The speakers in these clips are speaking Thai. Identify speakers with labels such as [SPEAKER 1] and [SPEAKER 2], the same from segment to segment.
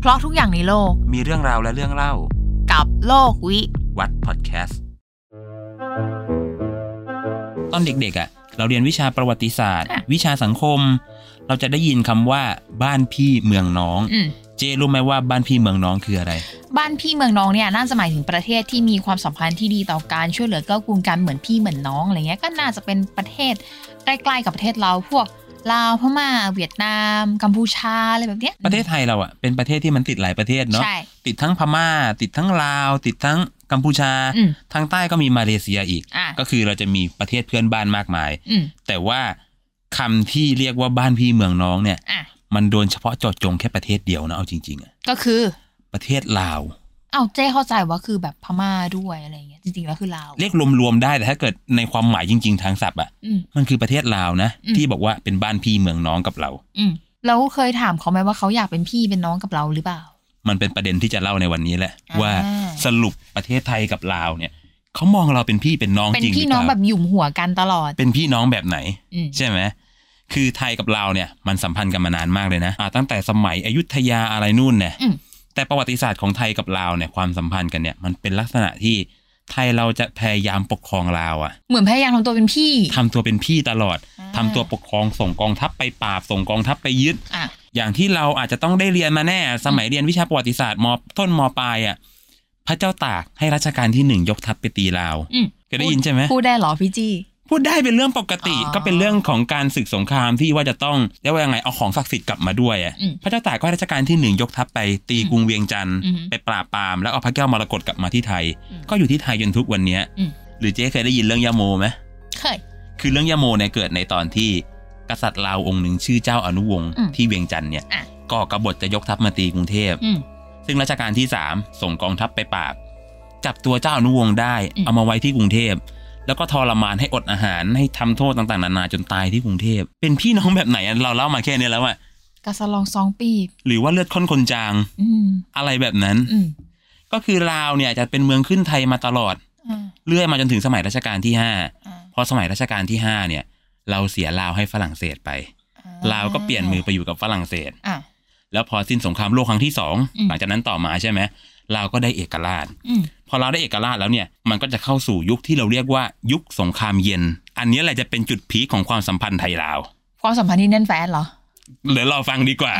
[SPEAKER 1] เพราะทุกอย่างในโลก
[SPEAKER 2] มีเรื่องราวและเรื่องเล่า
[SPEAKER 1] กับโลกวิ
[SPEAKER 2] วัดพอดแคสต์ ตอนเด็กๆอะ่ะ เราเรียนวิชาประวัติศาสตร์
[SPEAKER 1] อ่ะ
[SPEAKER 2] วิชาสังคม เราจะได้ยินคำว่าบ้านพี่เมืองน้อง
[SPEAKER 1] อืม
[SPEAKER 2] เจรู้ไหมว่าบ้านพี่เมืองน้องคืออะไร
[SPEAKER 1] บ้านพี่เมืองน้องเนี่ยน่าจะหมายถึงประเทศที่มีความสัมพันธ์ที่ดีต่อการช่วยเหลือเกื้อกูลกันเหมือนพี่เหมือนน้องอะไรเงี้ยก็น่าจะเป็นประเทศใกล้ๆกับประเทศเราพวกลาวพม่าเวียดนาม กัมพูชาอะไรแบบเนี้ย
[SPEAKER 2] ประเทศไทยเราอะ่ะเป็นประเทศที่มันติดหลายประเทศเนาะ
[SPEAKER 1] ใช่
[SPEAKER 2] ติดทั้งพม่า ติดทั้งลาว ติดทั้งกัมพูชา
[SPEAKER 1] อืม
[SPEAKER 2] ทางใต้ก็มีมาเลเซียอีก
[SPEAKER 1] อ่ะ
[SPEAKER 2] ก็คือเราจะมีประเทศเพื่อนบ้านมากมาย
[SPEAKER 1] อืม
[SPEAKER 2] แต่ว่าคำที่เรียกว่าบ้านพี่เมืองน้องเนี่ย
[SPEAKER 1] อ่ะ
[SPEAKER 2] มันโดนเฉพาะเจาะจงแค่ประเทศเดียวนะเอาจริงๆอะ
[SPEAKER 1] ก็คือ
[SPEAKER 2] ประเทศลาว
[SPEAKER 1] เอ้าเจ้เข้าใจว่าคือแบบพม่าด้วยอะไรเงี้ยจริงๆแล้วคือลาว
[SPEAKER 2] เรียกรวมๆได้แต่ถ้าเกิดในความหมายจริง ๆ ทางศัพท์อ่ะ
[SPEAKER 1] อืม
[SPEAKER 2] มันคือประเทศลาวนะ
[SPEAKER 1] อืม
[SPEAKER 2] ที่บอกว่าเป็นบ้านพี่เมืองน้องกับเรา
[SPEAKER 1] อืมเราเคยถามเขาไหมว่าเขาอยากเป็นพี่เป็นน้องกับเราหรือเปล่า
[SPEAKER 2] มันเป็นประเด็นที่จะเล่าในวันนี้แหละ
[SPEAKER 1] อ่า
[SPEAKER 2] ว่าสรุปประเทศไทยกับลาวเนี่ยเขามองเราเป็นพี่เป็นน้อง
[SPEAKER 1] เป็น
[SPEAKER 2] จริงหรื
[SPEAKER 1] พี่
[SPEAKER 2] อเป
[SPEAKER 1] น้อง
[SPEAKER 2] ล่า
[SPEAKER 1] แบบหยุ่มหัวกันตลอด
[SPEAKER 2] เป็นพี่น้องแบบไหน
[SPEAKER 1] อืม
[SPEAKER 2] ใช่ไหมคือไทยกับลาวเนี่ยมันสัมพันธ์กันมานานมากเลยนะอ่าตั้งแต่สมัยอยุธยาอะไรนู่นเนี่ย
[SPEAKER 1] อืม
[SPEAKER 2] แต่ประวัติศาสตร์ของไทยกับลาวเนี่ยความสัมพันธ์กันเนี่ยมันเป็นลักษณะที่ไทยเราจะพยายามปกครองลาวอ่ะ
[SPEAKER 1] เหมือนพยายามทำตัวเป็นพี่
[SPEAKER 2] ทำตัวเป็นพี่ตลอด
[SPEAKER 1] อ่า
[SPEAKER 2] ทำตัวปกครองส่งกองทัพไปปราบ ส่งกองทัพไปยึด
[SPEAKER 1] อ่ะ
[SPEAKER 2] อย่างที่เราอาจจะต้องได้เรียนมาแน่ สมัยเรียนวิชาประวัติศาสตร์มต้นมปลายอ่ะ พระเจ้าตากให้รัชกาลที่หนึ่งยกทัพไปตีลาว
[SPEAKER 1] อืม
[SPEAKER 2] เคยได้ยินใช่ไหม
[SPEAKER 1] พูดได้เหรอพี่จี้
[SPEAKER 2] พูดได้เป็นเรื่องปกติ
[SPEAKER 1] อ๋อ
[SPEAKER 2] ก็เป็นเรื่องของการศึกสงครามที่ว่าจะต้องเรียกว่ายังไง เอาของศักดิ์สิทธิ์กลับมาด้วยอะ
[SPEAKER 1] อืม
[SPEAKER 2] พระเจ้าตากก็ให้รัชกาลที่หนึ่งยกทัพไปตีกรุงเวียงจันทร์
[SPEAKER 1] อืม
[SPEAKER 2] ไปปราบปราม แล้วเอาพระแก้วมรกตกลับมาที่ไทย
[SPEAKER 1] อืม
[SPEAKER 2] ก็อยู่ที่ไทยจนทุกวันเนี้ย
[SPEAKER 1] อืม
[SPEAKER 2] หรือเจ๊เคยได้ยินเรื่องยาโมไหม
[SPEAKER 1] เคย
[SPEAKER 2] คือเรื่องยาโมเนี่ยเกิดในตอนที่กษัตริย์ลาวองค์หนึ่งชื่อเจ้าอนุวงศ์
[SPEAKER 1] อืม
[SPEAKER 2] ที่เวียงจันทร์เนี่ย
[SPEAKER 1] อ่ะ
[SPEAKER 2] ก็กบฏจะยกทัพมาตีกรุงเทพ
[SPEAKER 1] อืม
[SPEAKER 2] ซึ่งรัชกาลที่ 3 ส่งกองทัพไปปราบ จับตัวเจ้าอนุวงศ์ได้
[SPEAKER 1] อืม
[SPEAKER 2] เอามาไว้ที่กรุงเทพ แล้วก็ทรมานให้อดอาหารให้ทำโทษต่างๆนานาจนตายที่กรุงเทพ เป็นพี่น้องแบบไหนอะเราเล่ามาแค่เนี้ยแล้วอะ
[SPEAKER 1] กาสะลองซองปีบ
[SPEAKER 2] หรือว่าเลือดข้นคนจาง
[SPEAKER 1] อืม
[SPEAKER 2] อะไรแบบนั้น
[SPEAKER 1] อืม
[SPEAKER 2] ก็คือลาวเนี่ยจะเป็นเมืองขึ้นไทยมาตลอด
[SPEAKER 1] อ่า
[SPEAKER 2] เรื่อยมาจนถึงสมัยรัชกาลที่ห้า
[SPEAKER 1] อ่า
[SPEAKER 2] พอสมัยรัชกาลที่ห้าเนี่ยเราเสียลาวให้ฝรั่งเศสไป
[SPEAKER 1] อ่
[SPEAKER 2] ลาวก็เปลี่ยนมือไปอยู่กับฝรั่งเศส
[SPEAKER 1] อ่ะ
[SPEAKER 2] แล้วพอสิ้นสงครามโลกครั้งที่สอง
[SPEAKER 1] อืม
[SPEAKER 2] หลังจากนั้นต่อมาใช่ไหมลาวก็ได้เอกราช
[SPEAKER 1] อืม
[SPEAKER 2] พอเราวได้เอกราชแล้วเนี่ยมันก็จะเข้าสู่ยุคที่เราเรียกว่ายุคสงครามเย็น อันนี้แหละจะเป็นจุดพีคของความสัมพันธ์ไทยลาว
[SPEAKER 1] ความสัมพันธ์ที่แน่นแฟนเหรอ
[SPEAKER 2] เดี๋ยวรอฟังดี กว่า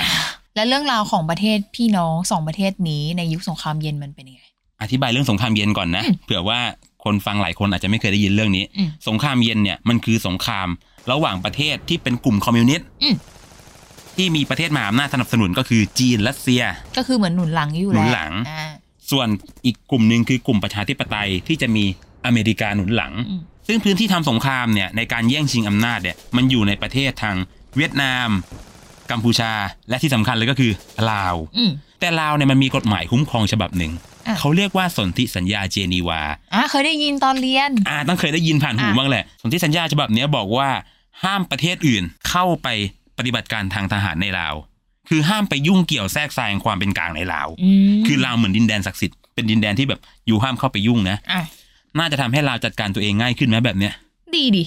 [SPEAKER 1] และเรื่องราวของประเทศพี่น้องสองประเทศนี้ในยุคสงครามเย็นมันเป็นยังไง
[SPEAKER 2] อธิบายเรื่องสงครามเย็นก่อนนะ
[SPEAKER 1] อืม
[SPEAKER 2] เผื่อว่าคนฟังหลายคนอาจจะไม่เคยได้ยินเรื่องนี้
[SPEAKER 1] อืม
[SPEAKER 2] สงครามเย็นเนี่ยมันคือสงครามระหว่างประเทศที่เป็นกลุ่มคอมมิวนิสต์
[SPEAKER 1] อืม
[SPEAKER 2] ที่มีประเทศมหาอำนาจสนับสนุนก็คือจีนรัสเซีย
[SPEAKER 1] ก็คือเหมือนหนุนหลังอยู่แล้ว
[SPEAKER 2] หนุนหลัง
[SPEAKER 1] อ่า
[SPEAKER 2] ส่วนอีกกลุ่มหนึ่งคือกลุ่มประชาธิปไตยที่จะมีอเมริกาหนุนหลัง
[SPEAKER 1] อืม
[SPEAKER 2] ซึ่งพื้นที่ทำสงครามเนี่ยในการแย่งชิงอำนาจเนี่ยมันอยู่ในประเทศทางเวียดนาม กัมพูชา และที่สำคัญเลยก็คือลาว
[SPEAKER 1] อืม
[SPEAKER 2] แต่ลาวเนี่ยมันมีกฎหมายคุ้มครองฉบับหนึ่ง
[SPEAKER 1] อ่ะ
[SPEAKER 2] เขาเรียกว่าสนธิสัญญาเจนีวา
[SPEAKER 1] อ่ะเคยได้ยินตอนเรียน
[SPEAKER 2] อ่าต้องเคยได้ยินผ่านหู
[SPEAKER 1] อ่ะ
[SPEAKER 2] บ้างแหละ สนธิสัญญาฉบับเนี้ยบอกว่าห้ามประเทศอื่นเข้าไปปฏิบัติการทางทหารในลาว คือห้ามไปยุ่งเกี่ยวแทรกแซงความเป็นกลางในลาว
[SPEAKER 1] อืม
[SPEAKER 2] คือลาวเหมือนดินแดนศักดิ์สิทธิ์เป็นดินแดนที่แบบอยู่ห้ามเข้าไปยุ่งนะ
[SPEAKER 1] อ่ะ
[SPEAKER 2] น่าจะทำให้ลาวจัดการตัวเองง่ายขึ้นไหมแบบเนี้ย
[SPEAKER 1] ดีดิ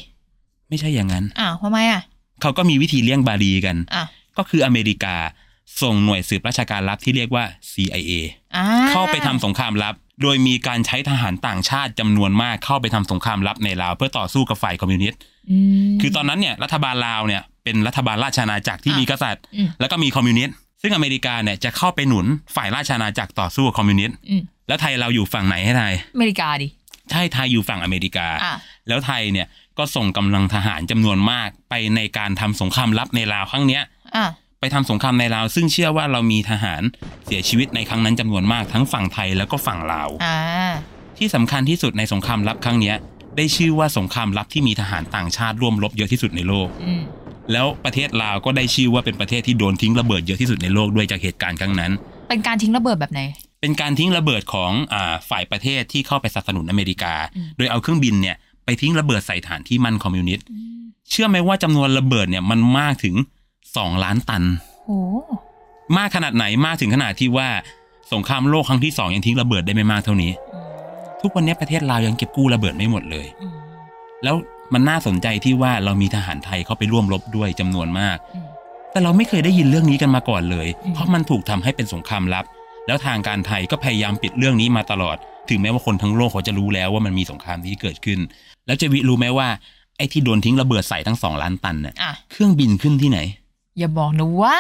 [SPEAKER 2] ไม่ใช่อย่างนั้น
[SPEAKER 1] อ้าวทำไมอ่ะ
[SPEAKER 2] เขาก็มีวิธีเลี่ยงบาลีกัน
[SPEAKER 1] อ่ะ
[SPEAKER 2] ก็คืออเมริกาส่งหน่วยสืบราชการลับที่เรียกว่า CIA
[SPEAKER 1] อ่า
[SPEAKER 2] เข้าไปทำสงครามลับ โดยมีการใช้ทหารต่างชาติจำนวนมากเข้าไปทำสงครามลับในลาวเพื่อต่อสู้กับฝ่ายคอมมิวนิสต์
[SPEAKER 1] อืม
[SPEAKER 2] คือตอนนั้นเนี่ยรัฐบาลลาวเนี่ยเป็นรัฐบาลราชอาณาจักรที่
[SPEAKER 1] อ่ะ
[SPEAKER 2] มีกษัตริย์
[SPEAKER 1] อืม
[SPEAKER 2] แล้วก็มีคอมมิวนิสต์ ซึ่งอเมริกาเนี่ยจะเข้าไปหนุนฝ่ายราชอาณาจักรต่อสู้กับคอมมิวนิสต์
[SPEAKER 1] อืม
[SPEAKER 2] แล้วไทยเราอยู่ฝั่งไหนให้ไทย
[SPEAKER 1] อเมริกาดิ
[SPEAKER 2] ใช่ไทยอยู่ฝั่งอเมริกา
[SPEAKER 1] อ่ะ
[SPEAKER 2] แล้วไทยเนี่ยก็ส่งกำลังทหารจำนวนมากไปในการทำสงครามลับในลาวครั้งเนี้ย
[SPEAKER 1] อ่ะ
[SPEAKER 2] ไปทำสงครามในลาว ซึ่งเชื่อว่าเรามีทหารเสียชีวิตในครั้งนั้นจำนวนมากทั้งฝั่งไทยแล้วก็ฝั่งลาว
[SPEAKER 1] อ่า
[SPEAKER 2] ที่สำคัญที่สุดในสงครามลับครั้งเนี้ยได้ชื่อว่าสงครามลับที่มีทหารต่างชาติร่วมรบเยอะที่สุดในโลก
[SPEAKER 1] อืม
[SPEAKER 2] แล้วประเทศลาวก็ได้ชื่อว่าเป็นประเทศที่โดนทิ้งระเบิดเยอะที่สุดในโลกด้วยจากเหตุการณ์ครั้งนั้น
[SPEAKER 1] เป็นการทิ้งระเบิดแบบไหน
[SPEAKER 2] เป็นการทิ้งระเบิดของอาฝ่ายประเทศที่เข้าไปสนับสนุนอเมริกา
[SPEAKER 1] อืม
[SPEAKER 2] โดยเอาเครื่องบินเนี่ยไปทิ้งระเบิดใส่ฐานที่มั่นคอมมิวนิสต์ เชื่อไหมว่าจำนวนระเบิดเนี่ยมันมากถึง 2 ล้านตัน
[SPEAKER 1] โห
[SPEAKER 2] มากขนาดไหนมากถึงขนาดที่ว่าสงครามโลกครั้งที่ 2 ยังทิ้งระเบิดได้ไม่มากเท่านี้ ทุกวันนี้ประเทศลาวยังเก็บกู้ระเบิดไม่หมดเลย
[SPEAKER 1] อืม
[SPEAKER 2] แล้วมันน่าสนใจที่ว่าเรามีทหารไทยเข้าไปร่วมรบด้วยจำนวนมาก
[SPEAKER 1] อืม
[SPEAKER 2] แต่เราไม่เคยได้ยินเรื่องนี้กันมาก่อนเลย
[SPEAKER 1] อืม
[SPEAKER 2] เพราะมันถูกทำให้เป็นสงครามลับ แล้วทางการไทยก็พยายามปิดเรื่องนี้มาตลอด ถึงแม้ว่าคนทั้งโลกเขาจะรู้แล้วว่ามันมีสงครามนี้เกิดขึ้น แล้วเจวิรู้ไหมว่าไอ้ที่โดนทิ้งระเบิดใส่ทั้งสองล้านตันเนี่ย
[SPEAKER 1] อ่ะ
[SPEAKER 2] เครื่องบินขึ้นที่ไหน
[SPEAKER 1] อย่าบอกนะว่า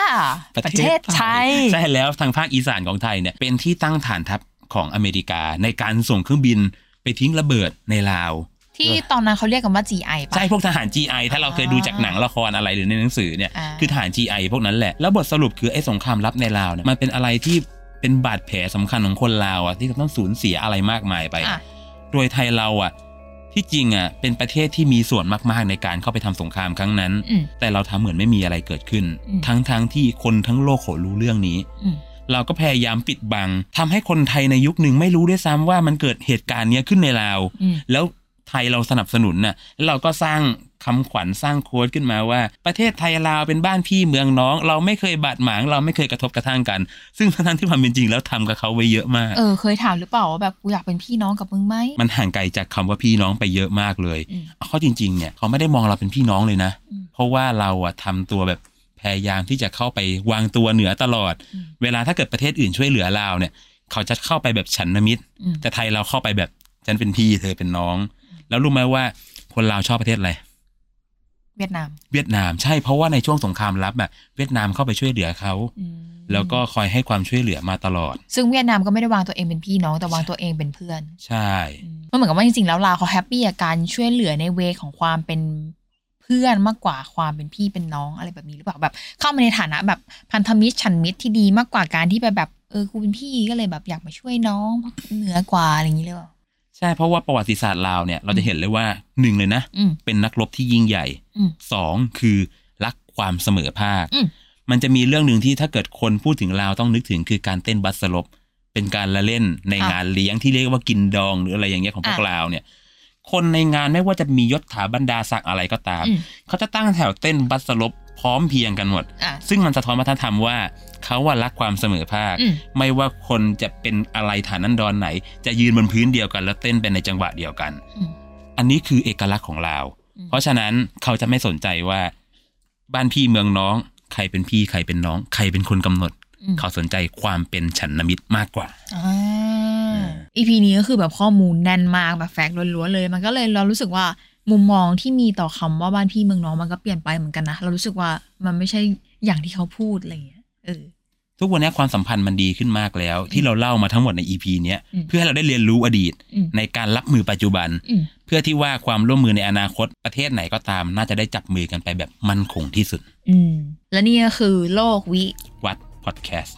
[SPEAKER 1] ประเทศไทย
[SPEAKER 2] ใช่แล้วทางภาคอีสานของไทยเนี่ยเป็นที่ตั้งฐานทัพของอเมริกาในการส่งเครื่องบินไปทิ้งระเบิดในลาว
[SPEAKER 1] ที่ตอนนั้นเขาเรียกกันว่า GI ปะ
[SPEAKER 2] ใช่พวกทหาร GI ถ้าเราเคยดูจากหนังละครอะไรหรือในหนังสือเนี่ย
[SPEAKER 1] อ่า
[SPEAKER 2] คือทหาร GI พวกนั้นแหละ แล้วบทสรุปคือไอ้สงครามลับในลาวเนี่ยมันเป็นอะไรที่เป็นบาดแผลสำคัญของคนลาวอ่ะที่ต้องสูญเสียอะไรมากมายไป
[SPEAKER 1] อ่ะ
[SPEAKER 2] โดยไทยเราอ่ะที่จริงอ่ะเป็นประเทศที่มีส่วนมากๆในการเข้าไปทำสงครามครั้งนั้น
[SPEAKER 1] อืม
[SPEAKER 2] แต่เราทำเหมือนไม่มีอะไรเกิดขึ้น
[SPEAKER 1] อืม
[SPEAKER 2] ทั้งๆที่คนทั้งโลกเขารู้เรื่องนี้
[SPEAKER 1] อืม
[SPEAKER 2] เราก็พยายามปิดบังทำให้คนไทยในยุคหนึ่งไม่รู้ด้วยซ้ำว่ามันเกิดเหตุการณ์เนี้ยขึ้นในลาว
[SPEAKER 1] อืม
[SPEAKER 2] แล้วไทยเราสนับสนุนน่ะแล้วเราก็สร้างคำขวัญสร้างโค้ดขึ้นมาว่า ประเทศไทยลาวเป็นบ้านพี่เมืองน้อง เราไม่เคยบาดหมาง เราไม่เคยกระทบกระทั่งกัน ซึ่งทั้งๆที่ความเป็นจริงแล้วทำกับเขาไว้เยอะมาก
[SPEAKER 1] เออ เคยถามหรือเปล่าว่าแบบกูอยากเป็นพี่น้องกับมึงไหม
[SPEAKER 2] มันห่างไกลจากคำว่าพี่น้องไปเยอะมากเลย
[SPEAKER 1] อืม
[SPEAKER 2] เอาเข้อจริงๆเนี่ยเขาไม่ได้มองเราเป็นพี่น้องเลยนะ
[SPEAKER 1] อืม
[SPEAKER 2] เพราะว่าเราอะทำตัวแบบพยายามที่จะเข้าไปวางตัวเหนือตลอด
[SPEAKER 1] อืม
[SPEAKER 2] เวลาถ้าเกิดประเทศอื่นช่วยเหลือเราวเนี่ย เขาจะเข้าไปแบบฉันนมิตร
[SPEAKER 1] อืม
[SPEAKER 2] แต่ไทยเราเข้าไปแบบฉันเป็นพี่เธอเป็นน้อง แล้วรู้ไหมว่าคนลาวชอบประเทศอะไร
[SPEAKER 1] เวียดนาม
[SPEAKER 2] เวียดนามใช่เพราะว่าในช่วงสงครามลับอะเวียดนามเข้าไปช่วยเหลือเขา
[SPEAKER 1] อืม
[SPEAKER 2] แล้วก็คอยให้ความช่วยเหลือมาตลอด
[SPEAKER 1] ซึ่งเวียดนามก็ไม่ได้วางตัวเองเป็นพี่น้องแต่วางตัวเองเป็นเพื่อน
[SPEAKER 2] ใช่
[SPEAKER 1] มันเหมือนกับว่าจริงๆแล้วลาวเขาแฮปปี้กับการช่วยเหลือในเวของความเป็นเพื่อนมากกว่าความเป็นพี่เป็นน้องอะไรแบบนี้หรือเปล่าแบบ เข้ามาในฐานะแบบพันธมิตรฉันมิตรที่ดีมากกว่าการที่ไปแบบเออกูเป็นพี่ก็เลยแบบอยากมาช่วยน้องเพราะเหนือกว่าอะไรอย่างนี้เลยเปล่า
[SPEAKER 2] ใช่เพราะว่าประวัติศาสตร์ลาวเนี่ยเราจะเห็นเลยว่าหนึ่งเลยนะ
[SPEAKER 1] อืม
[SPEAKER 2] เป็นนักรบที่ยิ่งใหญ่
[SPEAKER 1] อืม
[SPEAKER 2] สองคือรักความเสมอภาค
[SPEAKER 1] อืม
[SPEAKER 2] มันจะมีเรื่องหนึ่งที่ถ้าเกิดคนพูดถึงลาวต้องนึกถึงคือการเต้นบัสสลบเป็นการละเล่นในงานเลี้ยงที่เรียกว่ากินดองหรืออะไรอย่างเงี้ยของพวกลาวเนี่ย คนในงานไม่ว่าจะมียศถาบรรดาศักดิ์อะไรก็ตาม
[SPEAKER 1] อืม
[SPEAKER 2] เขาจะตั้งแถวเต้นบัสสลบพร้อมเพรียงกันหมด
[SPEAKER 1] อ่ะ
[SPEAKER 2] ซึ่งมันสะท้อนวัฒนธรรมว่าเขาว่ารักความเสมอภาค
[SPEAKER 1] อืม
[SPEAKER 2] ไม่ว่าคนจะเป็นอะไรฐานันดรไหน จะยืนบนพื้นเดียวกัน แล้วเต้นไปในจังหวะเดียวกัน
[SPEAKER 1] อืม
[SPEAKER 2] อันนี้คือเอกลักษณ์ของลาว
[SPEAKER 1] อืม
[SPEAKER 2] เพราะฉะนั้นเขาจะไม่สนใจว่า บ้านพี่เมืองน้อง ใครเป็นพี่ใครเป็นน้อง ใครเป็นคนกำหนด
[SPEAKER 1] อืม
[SPEAKER 2] เขาสนใจความเป็นฉันนมิตรมากกว่า า
[SPEAKER 1] อีพีนี้ก็คือแบบข้อมูลแน่นมากแบบแฟกต์ล้วนๆเลย มันก็เลยเรารู้สึกว่ามุมมองที่มีต่อคำว่าบ้านพี่เมืองน้องมันก็เปลี่ยนไปเหมือนกันนะ เรารู้สึกว่ามันไม่ใช่อย่างที่เขาพูดอะไรอย่างเงี้ยเออ
[SPEAKER 2] ทุกวันนี้ความสัมพันธ์มันดีขึ้นมากแล้ว ที่เราเล่ามาทั้งหมดใน EP เนี้ย
[SPEAKER 1] อืม
[SPEAKER 2] เพื่อให้เราได้เรียนรู้อดีต
[SPEAKER 1] อืม
[SPEAKER 2] ในการรับมือปัจจุบัน
[SPEAKER 1] อืม
[SPEAKER 2] เพื่อที่ว่าความร่วมมือในอนาคตประเทศไหนก็ตาม น่าจะได้จับมือกันไปแบบมั่นคงที่สุด
[SPEAKER 1] อืม และนี่ก็คือโลกวิ
[SPEAKER 2] วัดพอดแคสต์